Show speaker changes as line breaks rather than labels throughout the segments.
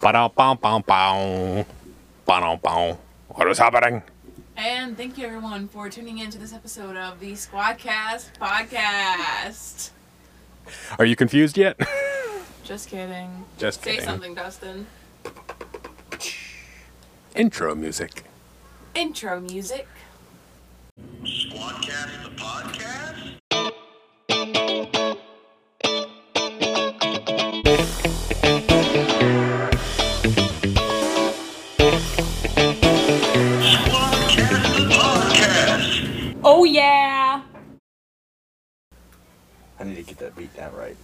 Bow, bow, bow, bow. Bow, bow. What is happening?
And thank you everyone for tuning in to this episode of the Squadcast podcast.
Are you confused yet?
Just kidding.
Just
Say
kidding.
something, Dustin.
Intro music.
Intro music.
Squadcast the podcast? Squadcast the podcast.
Oh yeah.
I need to get that beat down right.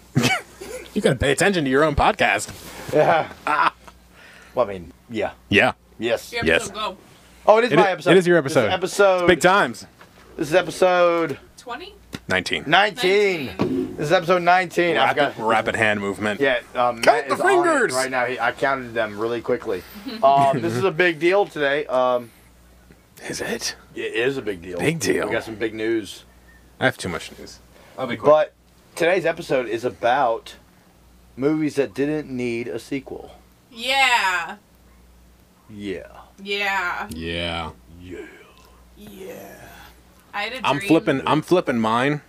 You gotta pay attention to your own podcast.
Yeah. Well, I mean, yeah.
Yeah.
Yes.
Your
Yes.
episode go.
Oh, it is
It
my
i-
episode.
it is your
This
episode.
episode.
Big times.
This is episode
20?
19.
19. This is episode 19. I
Rapid,
forgot.
rapid hand movement.
Yeah, um,
Count
Matt
the
is on it
fingers!
right now. He, I counted them really quickly. Um, this is a big deal today. Um,
Is it?
it is a big deal.
Big deal.
We got some big news.
I have too much news. I'll be quick.
But today's episode is about movies that didn't need a sequel.
Yeah.
Yeah.
Yeah.
yeah.
Yeah. Yeah.
I had a dream.
I'm flipping I'm flipping mine.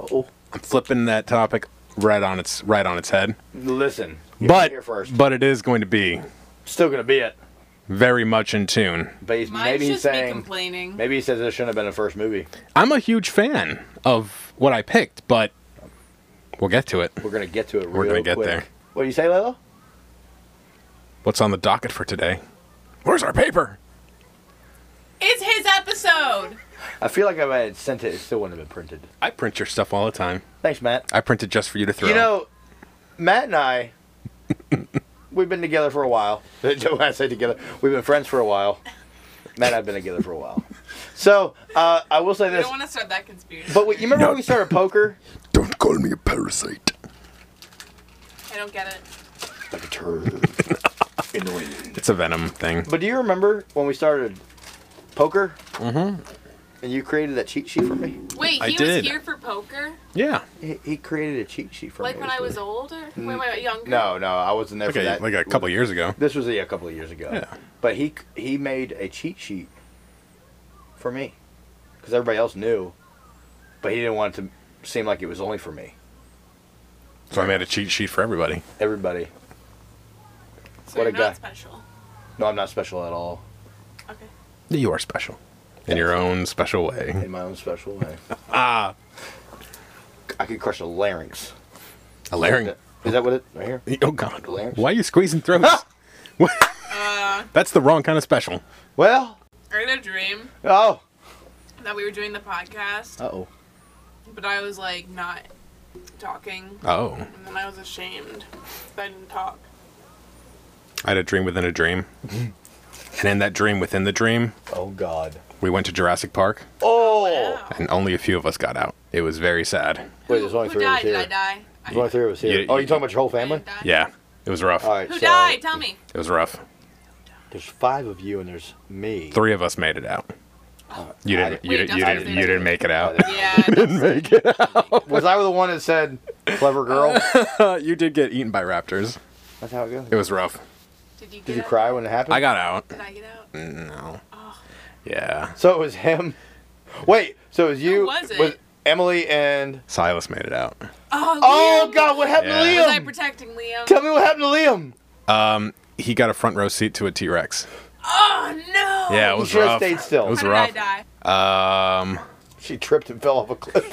Oh,
I'm flipping that topic right on its right on its head.
listen. you
But
here first.
but it is going to be
Still gonna be it.
very much in tune.
But he's
Mine's
maybe he's
just me
saying
complaining.
maybe he says this shouldn't have been a first movie.
I'm a huge fan of what I picked, but we'll get to it.
We're gonna get to it.
We're
real
gonna get
quick.
there.
What do you say, Lilo?
What's on the docket for today? Where's our paper?
It's his episode.
I feel like I might have sent it. It still wouldn't have been printed.
I print your stuff all the time.
Thanks, Matt.
I print it just for you to throw.
You know, Matt and I, we've been together for a while. When I say together, we've been friends for a while. Matt and I've been together for a while. So uh, I will say
I
this.
don't want to start that conspiracy.
But we, you remember
No.
when we started poker?
don't call me a parasite.
I don't get it.
Like a turd in the wind.
It's a venom thing.
But do you remember when we started poker? Mm-hmm. And you created that cheat sheet for me.
Wait,
I
he
did.
was here for poker?
Yeah.
He, he created a cheat sheet for
Like
me.
when I was older?
Mm.
Wait, wait, wait, younger?
No, no, I wasn't there
Like
for
a,
that.
like a couple years ago.
This was yeah, a couple of years ago.
Yeah.
But he he made a cheat sheet for me because everybody else knew, but he didn't want it to seem like it was only for me.
So I made a cheat sheet for everybody.
Everybody.
So
What
you're
a
not
guy.
special.
No, I'm not special at all
Okay.
You are special. In your own special way.
in my own special way.
Ah.
I could crush a larynx.
A larynx.
Is that what it right here?
Oh, God.
Larynx?
Why are you squeezing throats? What?
Uh,
That's the wrong kind of special.
Well,
I had a dream
oh,
that we were doing the podcast,
uh oh.
but I was like not talking,
Oh.
and then I was ashamed that I didn't talk.
I had a dream within a dream. and in that dream within the dream,
Oh God.
we went to Jurassic Park
Oh.
Wow.
and only a few of us got out. It was very sad.
Wait, there's only
Who
three of us
died? Did I
here.
die? I-
There's only three of us here.
You-
oh, you talking about your whole
I
family?
didn't die?
Yeah. It was rough.
All right.
Who
so
died? Tell me.
It was rough.
There's five of you and there's me.
Three of us made it out. You
I
didn't.
didn't-
You,
Wait,
didn't, you didn't.
Dustin didn't
You
do
didn't make it out.
Yeah.
didn't make it
Was I the one that said clever girl?
out. you did get eaten by raptors.
That's how it goes.
It was rough.
Did you? Get
Did you
out?
cry Mm. when it happened?
I got out.
Did I get out?
No.
Oh.
Yeah.
So it was him. Wait, so it was you?
was it?
Emily and
Silas made it out.
Oh,
Oh
Liam.
God, what happened
Yeah.
Was I
to Liam?
protecting Liam?
Tell me what happened to Liam.
He got a front row seat to a T Rex.
oh no.
Yeah, it
You
was
should have
rough.
stayed still.
It was
How did I
rough.
die?
Um,
She tripped and fell off a cliff.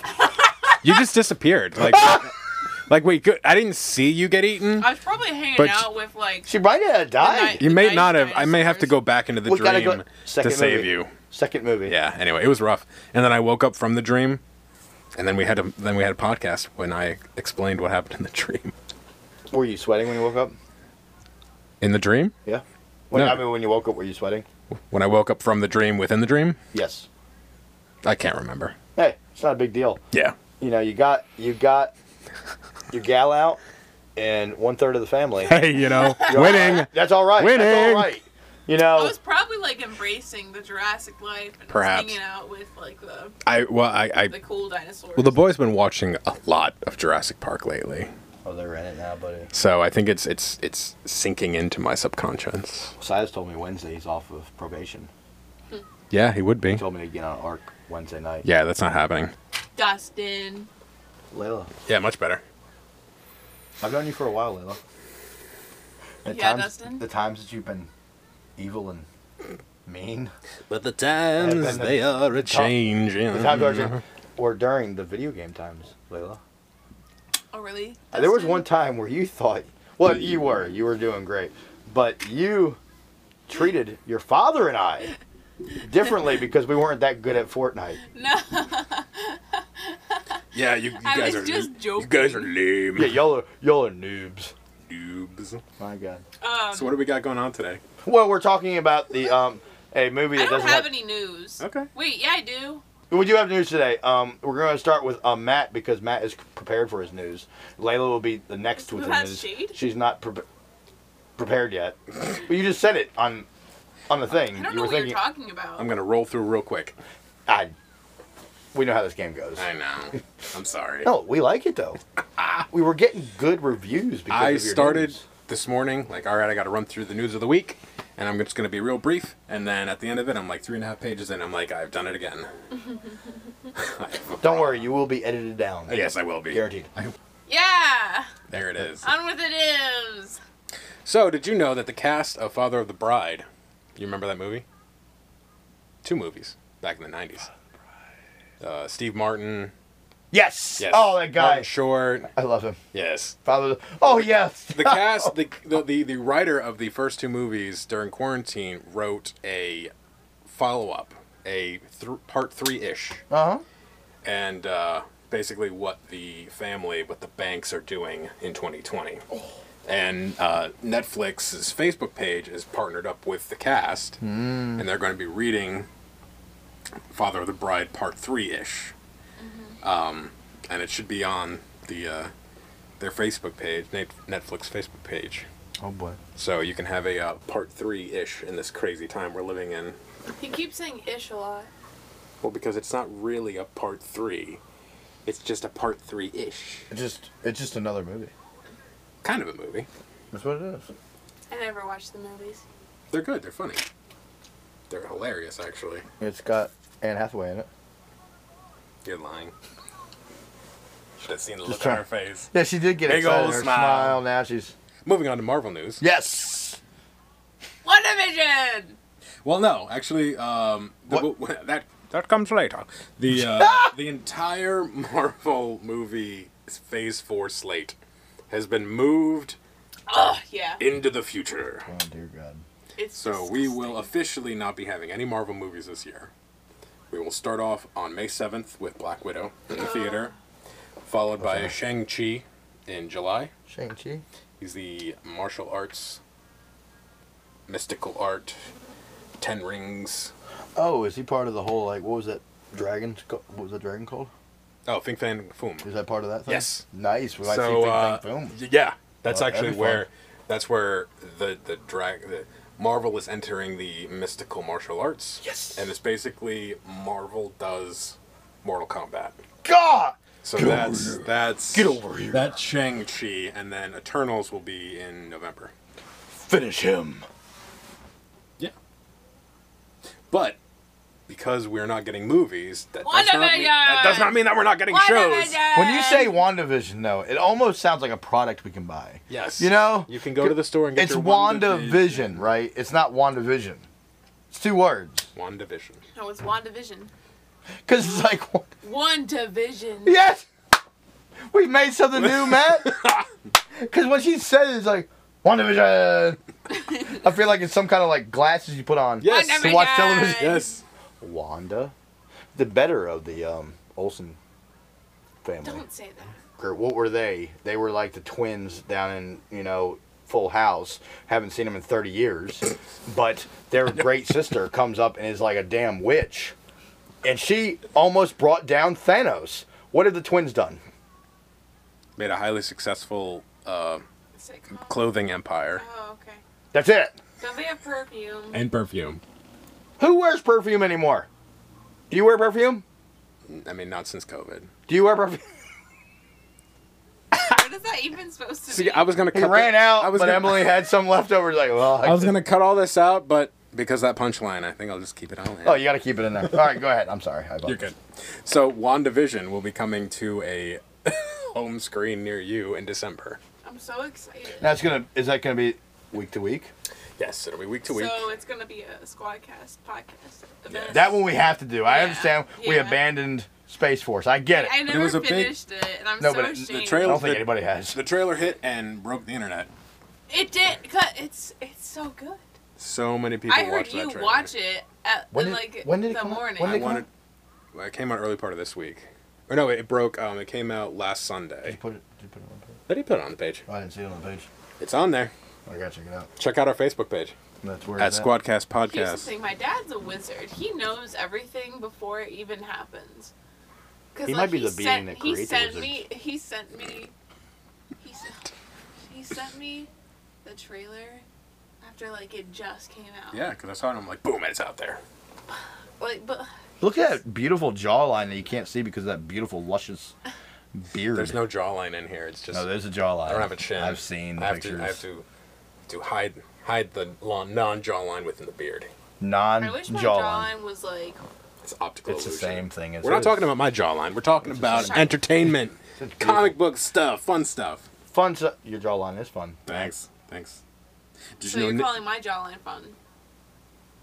you just disappeared. Like, like wait, good. I didn't see you get eaten.
I was probably hanging
But-
out with like.
She might have
night-
died.
You may
Nice
not have. I may have to
dinosaurs.
go back into the
We gotta
dream
go-
to
Second
save
movie.
you.
Second movie.
Yeah. Anyway, it was rough. And then I woke up from the dream, and then we had a then we had a podcast when I explained what happened in the dream.
Were you sweating when you woke up?
In the dream,
Yeah. When,
No.
I mean, when you woke up, were you sweating?
when I woke up from the dream within the dream,
Yes.
I can't remember.
Hey, it's not a big deal.
Yeah.
You know, you got you got your gal out and one third of the family.
Hey, you know,
You're all
winning.
right. That's all right. That's
Winning.
all right. You
I
know,
was probably like embracing the Jurassic life and just
Perhaps.
hanging out with like the
I well, I, I
the cool dinosaurs.
well, the boy's been watching a lot of Jurassic Park lately.
Oh, they're in it now, buddy.
So I think it's it's it's sinking into my subconscious.
Silas told me Wednesday he's off of probation.
Yeah, he would
He
be.
told me to get on ARC Wednesday night.
Yeah, that's not happening.
Dustin.
Layla.
Yeah, much better.
I've known you for a while, Layla.
Yeah, Dustin?
The times that you've been evil and mean.
But the
And
times
then the-
they are a
top-
changing.
The times are or during the video game times, Layla.
Oh, really?
Uh, There was
Dustin?
one time where you thought, well, you were, you were doing great, but you treated your father and I differently because we weren't that good at Fortnite.
No.
Yeah, you, you
I
guys
was
are
just
you guys are
joking.
lame.
Yeah, y'all are y'all are noobs.
Noobs.
My God.
Um,
So what do we got going on today?
Well, we're talking about the um a movie
I
that
don't
doesn't
have
have.
any news.
Okay.
Wait, yeah, I do.
We do have news today. Um, we're going to start with um, Matt because Matt is prepared for his news. Layla will be the next with
Who
the
has
news.
shade?
She's not pre- prepared yet. but you just said it on on the thing.
I don't
you
know
were
what
thinking.
you're talking about.
I'm gonna roll through real quick.
I, we know how this game goes.
I know. I'm sorry.
No, we like it though. we were getting good reviews because of
I
your
started
news.
this morning, like, all right, I got to run through the news of the week, and I'm just going to be real brief. And then at the end of it, I'm like three and a half pages in. I'm like, I've done it again.
Don't worry, you will be edited down.
Yes, I will be.
guaranteed.
yeah,
There it is.
Um,
on with it is.
So, did you know that the cast of Father of the Bride, you remember that movie? Two movies back in the 90s. Uh, Steve Martin.
Yes.
Yes.
Oh, that guy.
Martin Short.
I love him.
Yes.
Father. Oh yes.
the cast the, the the the writer of the first two movies during quarantine wrote a follow-up a th- part three-ish
Uh huh.
and uh, basically what the family what the banks are doing in 2020 and uh, netflix's facebook page is partnered up with the cast and they're going to be reading father of the bride part three-ish um, and it should be on the uh, their facebook page Net- netflix facebook page
Oh boy.
so you can have a uh, part three ish in this crazy time we're living in.
He keeps saying ish a lot.
Well, because it's not really a part three, it's just a part three ish.
It's just it's just another movie.
Kind of a movie.
That's what it is.
I never watched the movies.
They're good. They're funny. They're hilarious, actually.
It's got Anne Hathaway in it.
You're lying. Should have seen the
Just
look on her
try-
face.
Yeah, she did get
Big
excited.
ol'
Her
smile.
smile. Now she's
Moving on to Marvel news.
yes.
WandaVision!
Well, no, actually, um, the, that that comes later. The uh, the entire Marvel movie Phase Four slate has been moved
Oh, yeah.
into the future.
Oh dear God.
It's
So we will officially not be having any Marvel movies this year. We will start off on May 7th with Black Widow in the theater, followed by Shang-Chi in July.
Shang Chi.
He's the martial arts, mystical art, Ten Rings.
Oh, is he part of the whole like what was that dragon? co- What was that dragon called?
Oh, Fing Fan Foom.
Is that part of that thing?
Yes.
Nice. We might
So,
see
uh,
Big Bang Boom.
y- yeah, that's
Oh, that'd
actually
be fun.
where that's where the the drag the Marvel is entering the mystical martial arts.
Yes.
and it's basically Marvel does Mortal Kombat.
God.
So that's that's
Get over here.
That's Shang Chi, and then Eternals will be in November.
Finish him.
Yeah. But because we're not getting movies, that does not mean, that does not mean that we're not getting shows.
When you say WandaVision, though, it almost sounds like a product we can buy.
Yes.
You know,
you can go to the store and get
It's
your
WandaVision, right? It's not WandaVision. It's two words.
WandaVision.
No, it's WandaVision.
Because it's like,
WandaVision.
yes! We made something new, Matt! Because when she said it, it's like, WandaVision! I feel like it's some kind of like glasses you put on
Yes.
to watch
WandaVision.
television.
Yes.
Wanda? The better of the um, Olsen family.
Don't say that.
or what were they? They were like the twins down in you know Full House. Haven't seen them in thirty years, but their great sister comes up and is like a damn witch, and she almost brought down Thanos. What have the twins done?
Made a highly successful uh,
It's like, oh,
clothing empire
oh, okay.
That's it.
Don't they have perfume?
and perfume.
Who wears perfume anymore? Do you wear perfume?
I mean, not since COVID.
Do you wear perfume?
Where is that even supposed to
See,
be?
I was gonna
He
cut
ran
the-
out,
I was
but
gonna,
Emily had some left over. Like, well,
I was gonna cut all this out, but because that punchline, I think I'll just keep it on. there.
Oh, you got to keep it in there. All right, go ahead. I'm sorry. I
You're good. So WandaVision will be coming to a home screen near you in December.
I'm so excited.
That's gonna. Is that gonna be week to week?
Yes, it'll be week to week.
So it's gonna be a squadcast podcast. event.
That one we have to do. I
Yeah,
understand. We
yeah.
abandoned Space Force. I get it.
I
I,
never
was a big-
finished it, and I'm
No,
so
but it- the
ashamed.
trailer-
don't think anybody has.
the trailer hit and broke the internet.
It did. Cause it's it's so good.
So many people
I heard
watched that
you
trailer.
watch it at
When
in,
did-
like
when did it
the
come out?
morning.
When
I
did it come
wanted. It came out early part of this week. Or no, it broke. Um, it came out last Sunday.
put it, did you put it on the page?
Did he put it on the page?
Oh, I didn't see it on the page.
It's on there.
I gotta check it out.
Check out our Facebook page
That's where
at Squadcast
Here's the
Podcast.
thing. My dad's a wizard. He knows everything before it even happens. 'Cause,
He
like,
might be the being
sent-
that
he
created the
sent
wizards.
me. He sent me. He sent, he sent me the trailer after like it just came out.
Yeah, because I saw it. and I'm like, boom! It's out there.
Like, but
Look at that beautiful jawline that you can't see because of that beautiful luscious beard.
There's no jawline in here. It's just
No, there's a jawline.
I don't have a chin.
I've seen the
I have
pictures.
To, I have to to hide hide the non jawline within the beard.
Non
I wish my
jawline.
jawline was like
It's optical.
It's the
illusion.
same thing. It's
We're not talking about my jawline. We're talking about
same.
entertainment,
It's beautiful.
comic book stuff, fun stuff.
fun. Su- Your jawline is fun.
Thanks. Thanks. Did
So
you
you're
know
calling my jawline fun?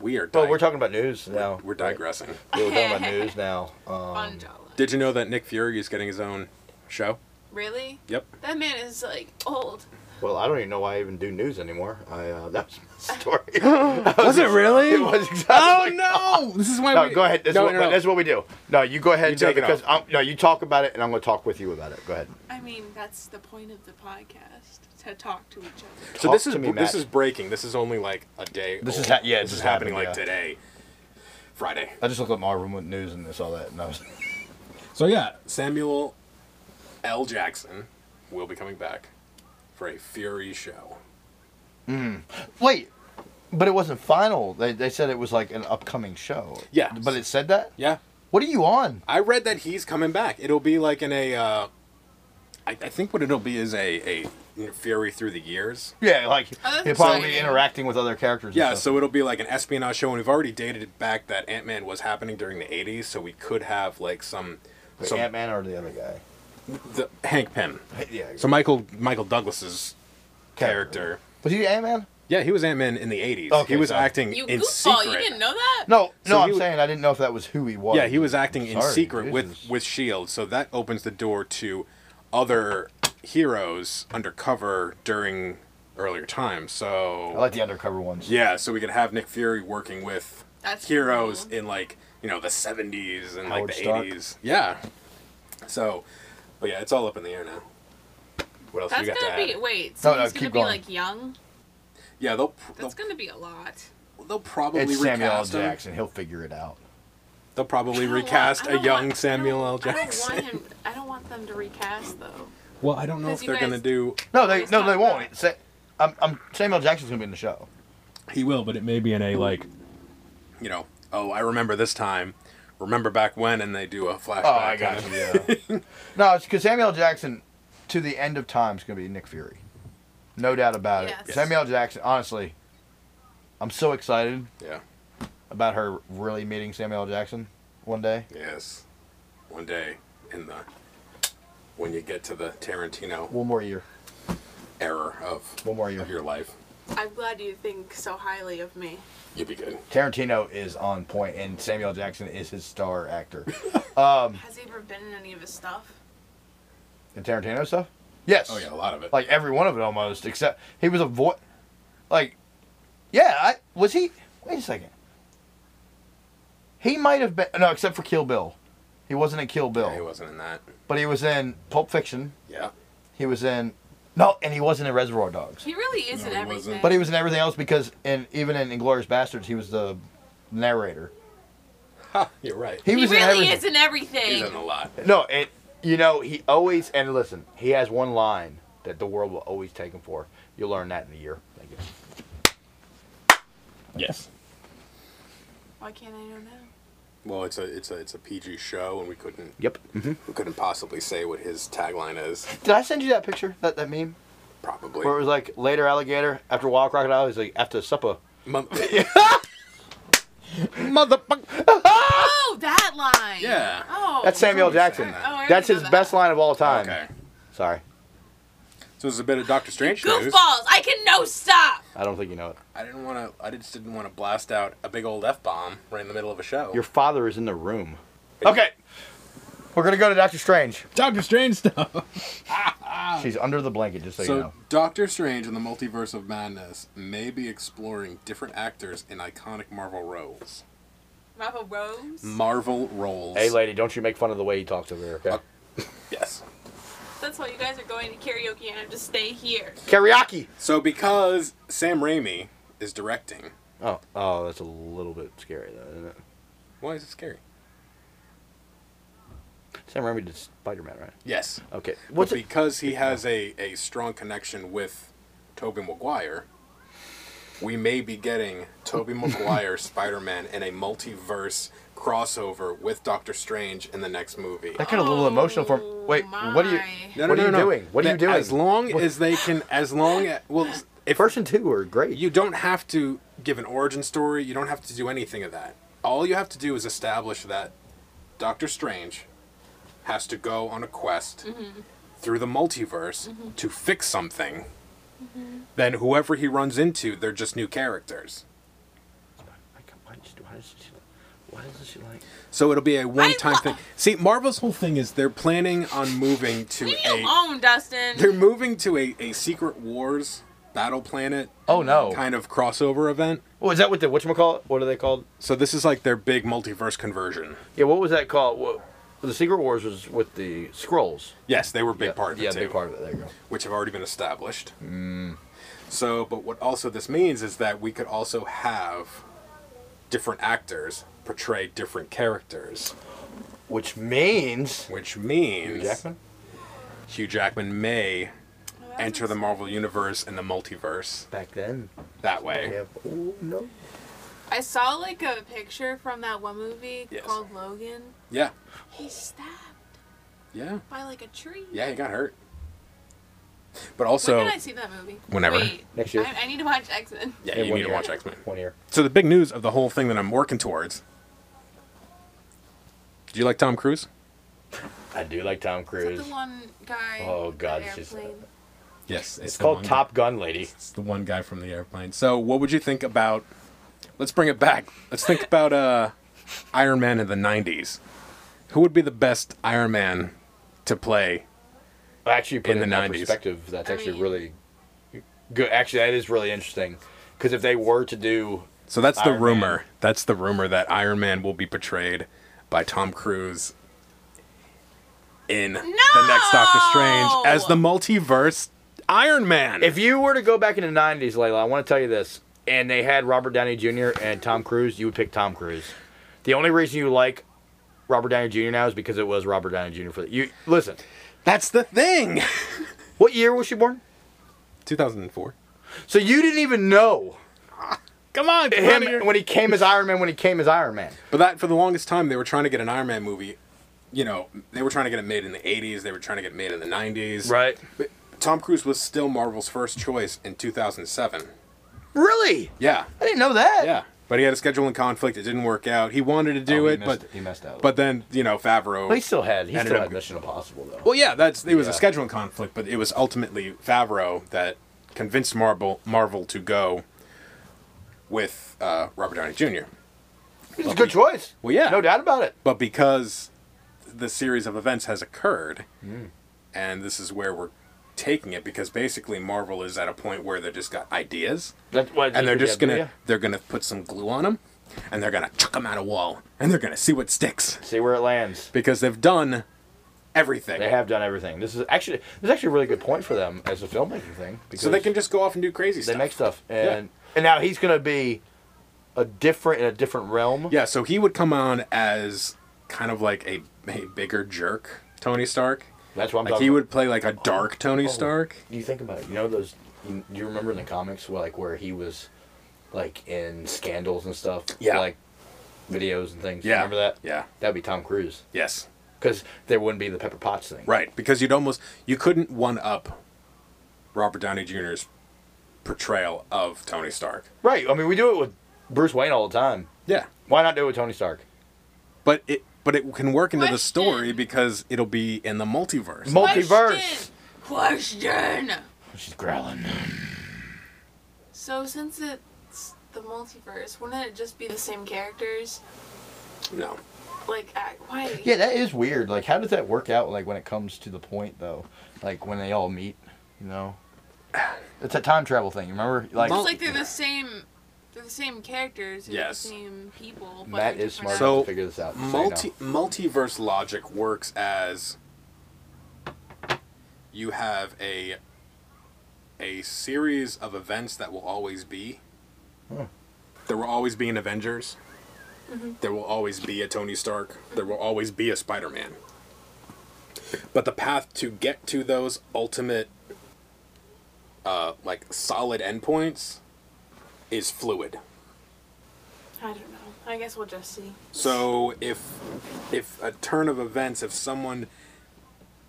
we are?
But
dig-
we're talking about news now.
We're digressing.
Yeah, we're talking about news now. Um,
Fun jawline.
Did you know that Nick Fury is getting his own show?
Really?
Yep.
That man is like old.
well, I don't even know why I even do news anymore. I uh, that was my story.
Was it really?
it was
Oh
exactly.
no! This is why
No,
we
go ahead. That's,
No,
what,
no, no.
that's what we do. No, you go ahead and do it
take it
because I'm, no, you talk about it, and I'm going to talk with you about it. Go ahead.
I mean, that's the point of the podcast to talk to each other.
So
Talk
this is
to me,
this
Matt.
is breaking. This is only like a day.
This
old.
is ha- yeah, it
This is
just
happening
happened,
like
yeah.
today, Friday.
I just looked at my room with news and saw that, and I was
So yeah, Samuel L. Jackson will be coming back for a Fury show.
wait, but it wasn't final. They they said it was like an upcoming show.
Yeah.
but it said that.
Yeah,
What are you on?
I read that he's coming back. It'll be like in a. Uh, I, I think what it'll be is a a Fury through the years.
Yeah, like
Oh, that's
you're probably
exciting.
interacting with other characters. and
Yeah,
stuff.
so it'll be like an espionage show, and we've already dated it back that Ant Man was happening during the '80s, so we could have like some,
Wait,
some
Ant Man or the other guy?
the, Hank Pym.
Yeah.
So Michael Michael Douglas's character.
Was he Ant Man?
Yeah, he was Ant Man in the '80s.
Okay,
he was
so-
acting
You
in
goofball!
secret.
You didn't know that?
No, no.
So he
I'm
was-
saying I didn't know if that was who he was.
Yeah, he was acting in
Sorry,
secret with
Jesus.
with Shield, E so that opens the door to other heroes undercover during earlier times. So
I like the undercover ones.
yeah, so we could have Nick Fury working with
That's
heroes
cool.
in like you know the '70s and
Howard
like the
Stark.
'80s. Yeah. So, but yeah, it's all up in the air now. What else
That's
we got
gonna
to add?
be wait. So
No, no,
he's gonna
keep
be
going.
like young.
Yeah, they'll pr- they'll,
That's gonna be a lot.
they'll probably
It's Samuel L.
recast him.
Jackson. He'll figure it out.
They'll probably
I don't want-
recast
I
a
don't
young
want- I
Samuel
don't-
L. Jackson.
I don't want him. I don't want them to recast though.
Well, I don't know if
Because you
they're gonna
guys-
do.
No, they
He's
no,
not
they won't.
bad.
It's Sa- I'm, I'm Samuel Jackson's gonna be in the show.
He will, but it may be in a like, you know, oh, I remember this time, remember back when, and they do a
Oh,
flashback. kind of-
you. Yeah. no, it's because Samuel Jackson, to the end of time, is gonna be Nick Fury. No doubt about it.
Yes.
Samuel Jackson. Honestly, I'm so excited
Yeah.
about her really meeting Samuel Jackson one day.
Yes. One day in the when you get to the Tarantino
One more year.
era of
One more year.
of your life,
I'm glad you think so highly of me.
you'll be good.
Tarantino is on point, and Samuel Jackson is his star actor. Um,
Has he ever been in any of his stuff?
the Tarantino stuff. Yes.
Oh yeah, a lot of it.
like every one of it almost, except he was a voice. Like, yeah, I was he. Wait a second. He might have been no, except for Kill Bill. He wasn't in Kill Bill,
yeah, he wasn't in that.
but he was in Pulp Fiction.
Yeah.
He was in no, and he wasn't in Reservoir Dogs.
He really is
No,
in
he
everything.
wasn't.
But he was in everything else because, and even in Inglorious Bastards, he was the narrator.
Ha, you're right.
He,
He,
was in
really
everything.
is in everything.
He's in a lot.
No, and you know he always and listen. He has one line that the world will always take him for. You'll learn that in a year. Thank you.
Yes.
Why can't I know now?
Well, it's a it's a it's a PG show, and we couldn't
Yep. hmm
we couldn't possibly say what his tagline is.
Did I send you that picture? That that meme
Probably.
where it was like later alligator after wild crocodile. He's like after supper.
Mon-
Motherfucker.
Oh, that line.
Yeah.
Oh.
That's Samuel
what you're
Jackson.
saying.
Oh, I
That's his
remember that.
best line of all time.
okay.
Sorry,
So this is a bit of Doctor Strange news.
Goofballs. I can no stop.
I don't think you know it.
I didn't want to. I just didn't want to blast out a big old f bomb right in the middle of a show.
Your father is in the room. Okay. We're gonna go to Doctor Strange.
Doctor Strange stuff.
Oh.
She's under the blanket, just so,
So
you know.
Doctor Strange and the Multiverse of Madness may be exploring different actors in iconic Marvel roles.
Marvel Rose.
Marvel roles.
Hey, lady, don't you make fun of the way he talks over here, okay?
Uh, Yes.
That's why you guys are going to karaoke and I have to stay here.
Karaoke.
So because Sam Raimi is directing,
Oh, oh, that's a little bit scary, though, isn't it?
why is it scary?
Sam Raimi did Spider-Man, right?
Yes.
Okay.
But
What's it?
because he has a, a strong connection with Toby Maguire, we may be getting Toby Maguire Spider Man in a multiverse crossover with Doctor Strange in the next movie.
That got a little emotional for me. Wait, what are you?
Oh my.
what are you doing? What are you
That-
doing?
As long as they can, as long as well, if
First and two are great.
you don't have to give an origin story, you don't have to do anything of that. All you have to do is establish that Doctor Strange has to go on a quest
Mm-hmm.
through the multiverse to fix something.
Mm-hmm.
Then whoever he runs into, they're just new characters.
Why does she- why does she- why does she like?
So it'll be a one-time
lo-
thing. See, Marvel's whole thing is they're planning on moving to
Leave me
a
alone, Dustin.
they're moving to a, a Secret Wars Battle Planet
Oh no!
kind of crossover event.
Oh, is that what the what call? What are they called?
So this is like their big multiverse conversion.
Yeah, what was that called? What, the Secret Wars was with the scrolls.
Yes, they were a big
yeah,
part of it
yeah,
too,
big part Mm. of it. There you go.
which have already been established. So, but what also this means is that we could also have different actors portray different characters,
Which means
which means
Jackman.
Hugh Jackman may
Oh, that's
enter the
exciting.
Marvel universe and the multiverse
Back then,
that
we
way.
have oh no.
I saw like a picture from that one movie
Yes.
called Logan.
Yeah,
He's stabbed
yeah,
by like a tree.
yeah. He got hurt, but
When
also
did I see that movie?
Whenever.
Wait,
Next year.
I, I need to watch X Men.
yeah,
In
you
one
need to
year.
watch X Men.
One year.
So the big news of the whole thing that I'm working towards. Do you like Tom Cruise?
I do like Tom
Is
Cruise.
that the one guy?
Oh,
with the
God, it's just-
airplane?
Yes,
It's called Top Gun, lady.
It's the one guy from the airplane. So, what would you think about? Let's bring it back. Let's think about uh, Iron Man in the '90s. Who would be the best Iron Man to play?
Actually, put
In
in,
the
that
90s.
perspective, that's
I
actually
mean-
really good. Actually, that is really interesting because if they were to do,
So that's the
Iron
rumor.
Man.
That's the rumor that Iron Man will be portrayed by Tom Cruise in the next Doctor Strange as the multiverse Iron Man.
if you were to go back in the '90s, Layla, I want to tell you this. And they had Robert Downey Jr. and Tom Cruise. You would pick Tom Cruise. The only reason you like Robert Downey Jr. now is because it was Robert Downey Jr. for the, you. Listen,
that's the thing.
what year was she born?
2004.
So you didn't even know
Come on, get outta here.
him when he came as Iron Man. When he came as Iron Man,
But that for the longest time they were trying to get an Iron Man movie. You know, they were trying to get it made in the 80s. They were trying to get it made in the 90s. But Tom Cruise was still Marvel's first choice in 2007.
Really?
Yeah.
I didn't know that.
Yeah. But he had a scheduling conflict. It didn't work out. He wanted to do
Oh, he
it,
missed
but
he messed out.
but then you know Favreau.
Well, he still had he
Ended
still
up-
had Mission Impossible though.
well, yeah, that's it was a
Yeah.
scheduling conflict, but it was ultimately Favreau that convinced Marvel Marvel to go with uh, Robert Downey Jr.
It's a good choice.
Well, yeah.
no doubt about it.
but because the series of events has occurred,
Hmm.
and this is where we're taking it because basically Marvel is at a point where they just got ideas
That's why
and they're just gonna they're gonna put some glue on them and they're gonna chuck them at a wall and they're gonna see what sticks
see where it lands.
because they've done everything.
They have done everything. This is actually this is actually a really good point for them as a filmmaking thing. Because
so they can just go off and do crazy
they
stuff.
make stuff and and now he's gonna be a different in a different realm.
yeah, so he would come on as kind of like a, a bigger jerk Tony Stark.
that's what I'm
Like
talking.
he
about. Oh,
would play like a dark Tony Stark.
Do you think about it? You know those? You, do you remember in the comics where like where he was, like in scandals and stuff?
Yeah.
Like videos and things.
Yeah.
Remember that?
Yeah.
That'd be Tom Cruise.
Yes.
Because there wouldn't be the Pepper Potts thing.
Right, because you'd almost you couldn't one up Robert Downey Jr.'s portrayal of Tony Stark.
Right. I mean, we do it with Bruce Wayne all the time.
Yeah,
Why not do it with Tony Stark?
but it but it can work into the story
Question.
because it'll be in the multiverse.
Mul- Multiverse.
Question. Question.
She's growling.
So since it's the multiverse, wouldn't it just be the same characters?
no,
Like, I, why?
Yeah, that is weird. Like, how does that work out? Like, when it comes to the point though, like when they all meet, you know, it's a time travel thing. Remember, like
It's
Mul-
like they're the same. They're the same characters. They're
Yes.
The same people. But
Matt
they're
is smart
different
So-
enough to figure this out. just so you know.
multi multiverse logic works as you have a a series of events that will always be. There will always be an Avengers. There will always be a Tony Stark. There will always be a Spider Man. But the path to get to those ultimate, uh, like solid endpoints, is fluid.
I don't know. I guess we'll just see.
So if if a turn of events, if someone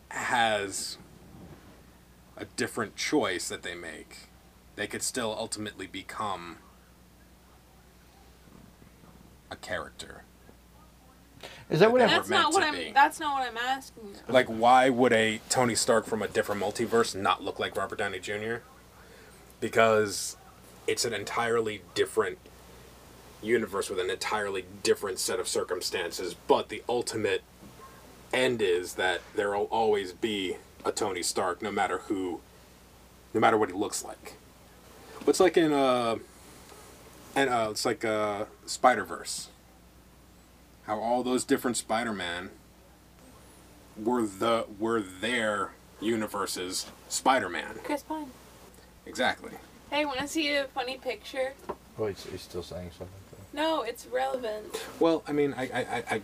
has a different choice that they make, they could still ultimately become a character.
Is that what
That
happened?
That's
meant
not what
to
I'm.
be.
That's not what I'm asking. you.
Like why would a Tony Stark from a different multiverse not look like Robert Downey Jr.? Because it's an entirely different universe with an entirely different set of circumstances, but the ultimate end is that there will always be a Tony Stark, no matter who, no matter what he looks like. It's like in uh, and uh, it's like uh, Spider Verse. How all those different Spider Man were the were their universe's Spider Man.
Chris Pine.
Exactly.
Hey, want to see a funny picture?
Oh, he's, he's still saying something.
No, it's relevant.
Well, I mean, I I I. I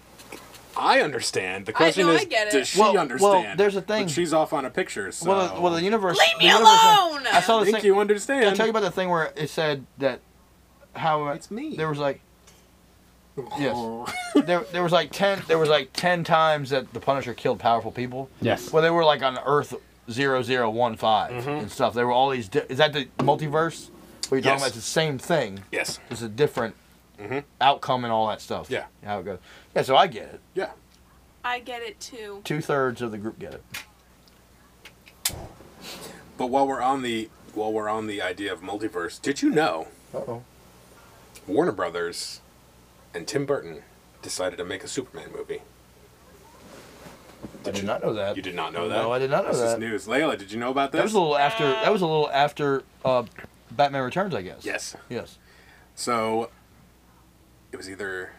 I understand. The
I
question
know,
is,
I get it.
does she
Well- well,
understand?
there's a
But
thing.
she's off on a picture, so
Well, the, well, the universe.
Leave me
the universe thing-
alone!
I saw
I
this
think
thing.
you
Can I
understand.
tell you about the thing where it said that how
It's me.
There was like
Oh.
yes, there there was like ten there was like ten times that the Punisher killed powerful people.
Yes.
Well, they were like on Earth 0015
Mm-hmm.
and stuff. There were all these. Di- is that the multiverse? What you're talking
Yes.
about? It's the same thing.
Yes.
It's a different outcome and all that stuff.
Yeah.
How it goes. Yeah. So I get it.
Yeah.
I get it too.
Two thirds of the group get it.
But while we're on the while we're on the idea of multiverse, did you know
Uh oh.
Warner Brothers and Tim Burton decided to make a Superman movie?
I did not know that.
You did not know that.
I did not know
this
that.
is news. Layla, did you know about this?
That was a little after. That was a little after uh, Batman Returns, I guess.
yes.
Yes.
So it was either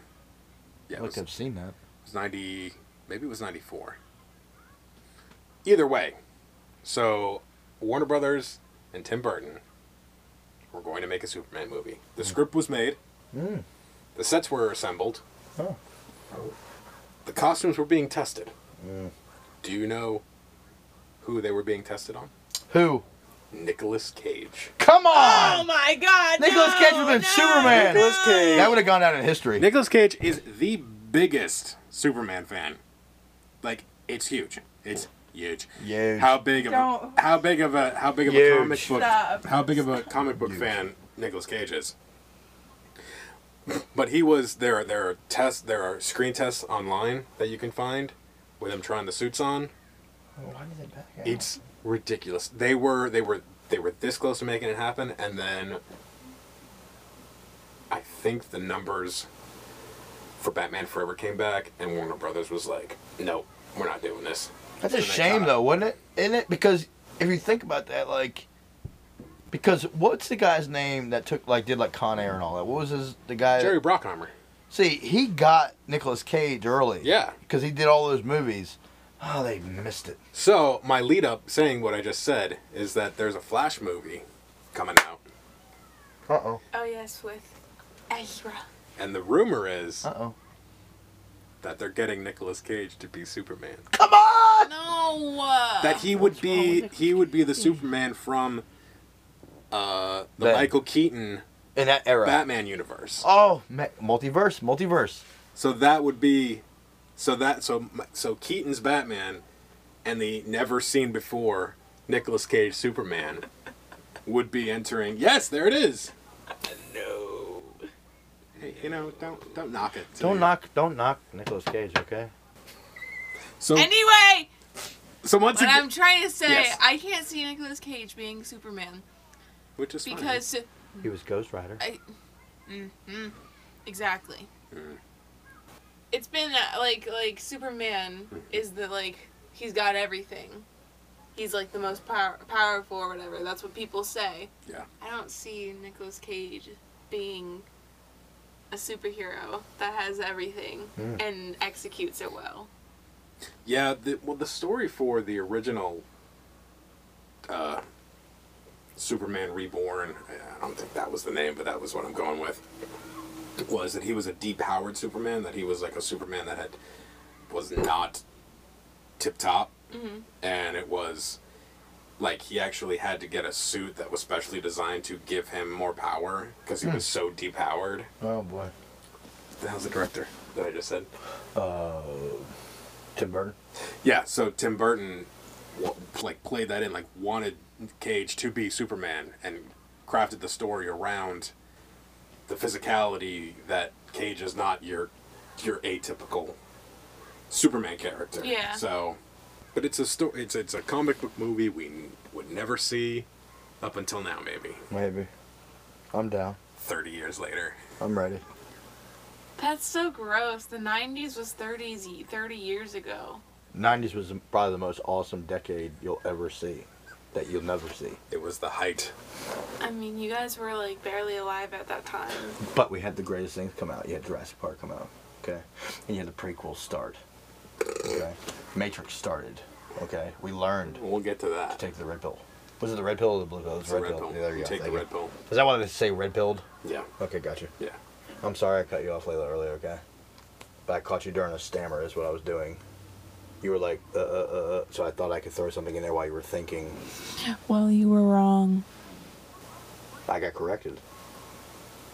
yeah,
I
it
like
was,
to have
it
seen that.
was ninety maybe it was ninety four. Either way, so Warner Brothers and Tim Burton were going to make a Superman movie. The script was made. The sets were assembled.
Oh.
The costumes were being tested. Do you know who they were being tested on?
Who?
Nicolas Cage.
Come
Oh
on!
my
Oh,
God!
Nicholas
no,
Cage would have been
no.
Superman.
Nicolas Cage.
That would have gone down in history.
Nicolas Cage is the biggest Superman fan. Like it's huge. It's huge.
Huge.
How big of
Don't.
a how big of a how big of
Huge.
a comic book
Stop.
how big of a comic book fan Nicolas Cage is. But he was there. are- There are tests. There are screen tests online that you can find with him trying the suits on.
Oh, Why did they back out?
It's ridiculous. They were they were they were this close to making it happen, and then I think the numbers for Batman Forever came back, and Warner Brothers was like, "No, we're not doing this."
That's
So
a
they
shame,
cut-
though, wouldn't it? Isn't it? Because if you think about that, like, because what's the guy's name that took like did like Con Air and all that? What was his the guy? that-
Jerry Brockheimer.
See, he got Nicolas Cage early.
Yeah.
Because he did all those movies. Oh, they missed it.
So my lead up saying what I just said is that there's a Flash movie coming out,
Uh oh.
Oh yes, with Ezra.
and the rumor is
Uh oh.
that they're getting Nicolas Cage to be Superman.
Come on!
No.
that he would be he would be the Superman from uh, the
Then.
Michael Keaton
in that era.
Batman universe.
Oh, ma- multiverse, multiverse.
So that would be, so that so so Keaton's Batman, and the never seen before Nicolas Cage Superman, would be entering. Yes, there it is.
No.
Hey, you know, don't don't knock it.
Don't knock, don't knock Nicolas Cage. Okay.
So
Anyway,
so once
what
again,
I'm trying to say,
Yes.
I can't see Nicolas Cage being Superman
which is fine.
because
He was Ghost Rider.
I. Mm-hmm. Exactly.
Hmm.
It's been uh, like like Superman
Hmm.
is the like he's got everything. He's like the most power, powerful or whatever. That's what people say.
Yeah.
I don't see Nicolas Cage being a superhero that has everything
Hmm.
and executes it well.
Yeah, the, well, the story for the original uh, Superman Reborn, I don't think that was the name, but that was what I'm going with, was that he was a depowered Superman, that he was like a Superman that had was not tip top, and it was like he actually had to get a suit that was specially designed to give him more power because he was so depowered.
Oh boy.
That was Hmm. the director that I just said.
Tim Burton.
Yeah, so Tim Burton w- like played that in, like wanted Cage to be Superman and crafted the story around the physicality that Cage is not your your atypical Superman character.
Yeah.
So, but it's a story. It's it's a comic book movie we n- would never see up until now, maybe
Maybe. I'm down.
thirty years later.
I'm ready.
That's so gross. The 90s was 30s, y- 30 years ago.
90s was probably the most awesome decade you'll ever see, that you'll never see.
It was the height.
I mean, you guys were like barely alive at that time.
But we had the greatest things come out. You had Jurassic Park come out, okay? And you had the prequels start, okay? Matrix started, okay? We learned to
We'll get to that.
take the red pill. Was it the red pill or the blue pill? It was
It's a red pill.
Yeah, there you
You
go.
Take the
Thank you.
red pill.
Is that why they say red pilled?
Yeah.
Okay, gotcha.
Yeah.
I'm sorry I cut you off later earlier, okay? But I caught you during a stammer is what I was doing. You were like, uh, uh, uh, uh, so I thought I could throw something in there while you were thinking.
Well, you were wrong.
I got corrected.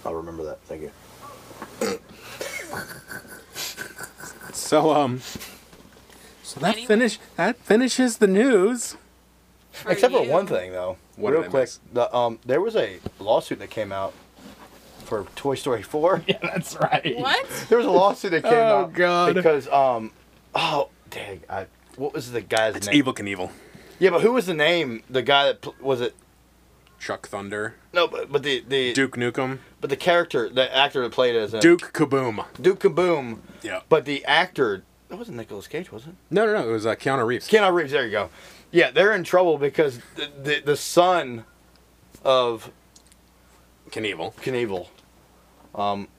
I'll remember that. Thank you.
So um. So that
Anyway.
finish that finishes the news.
Except for one thing, though.
What
Real
did I
quick,
miss?
the, um, there was a lawsuit that came out for Toy Story 4.
Yeah, that's right.
What?
there was a lawsuit that came
Oh,
out.
God.
Because, um, oh, dang. I, what was the guy's
It's
name?
Evil Knievel.
Yeah, but who was the name? The guy that, pl- was it?
Chuck Thunder.
No, but, but the, the
Duke Nukem.
but the character, the actor that played it as a,
Duke Kaboom.
Duke Kaboom,
Yeah.
but the actor that wasn't Nicolas Cage, was it?
No, no, no. It was uh, Keanu Reeves.
Keanu Reeves. There you go. Yeah, they're in trouble because the the, the son of
Knievel.
Knievel um,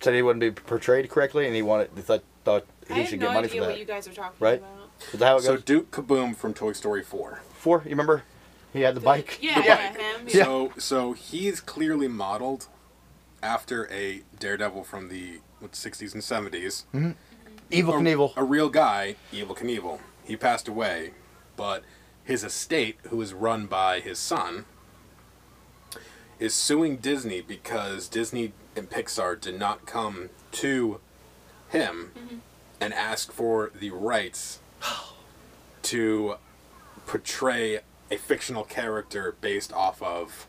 said he wouldn't be portrayed correctly, and he wanted they thought, thought
I
he
have
should
no
get money
idea
for
what
that.
you guys are talking
right?
about.
Is that how it
So
goes?
Duke Kaboom from Toy Story 4.
Four. You remember? He had the bike.
Yeah, yeah, him. Yeah.
So so he's clearly modeled after a daredevil from the what, 60s and 70s.
Evil Knievel.
A real guy, Evil Knievel. He passed away, but his estate, who is run by his son, is suing Disney because Disney and Pixar did not come to him and ask for the rights to portray a fictional character based off of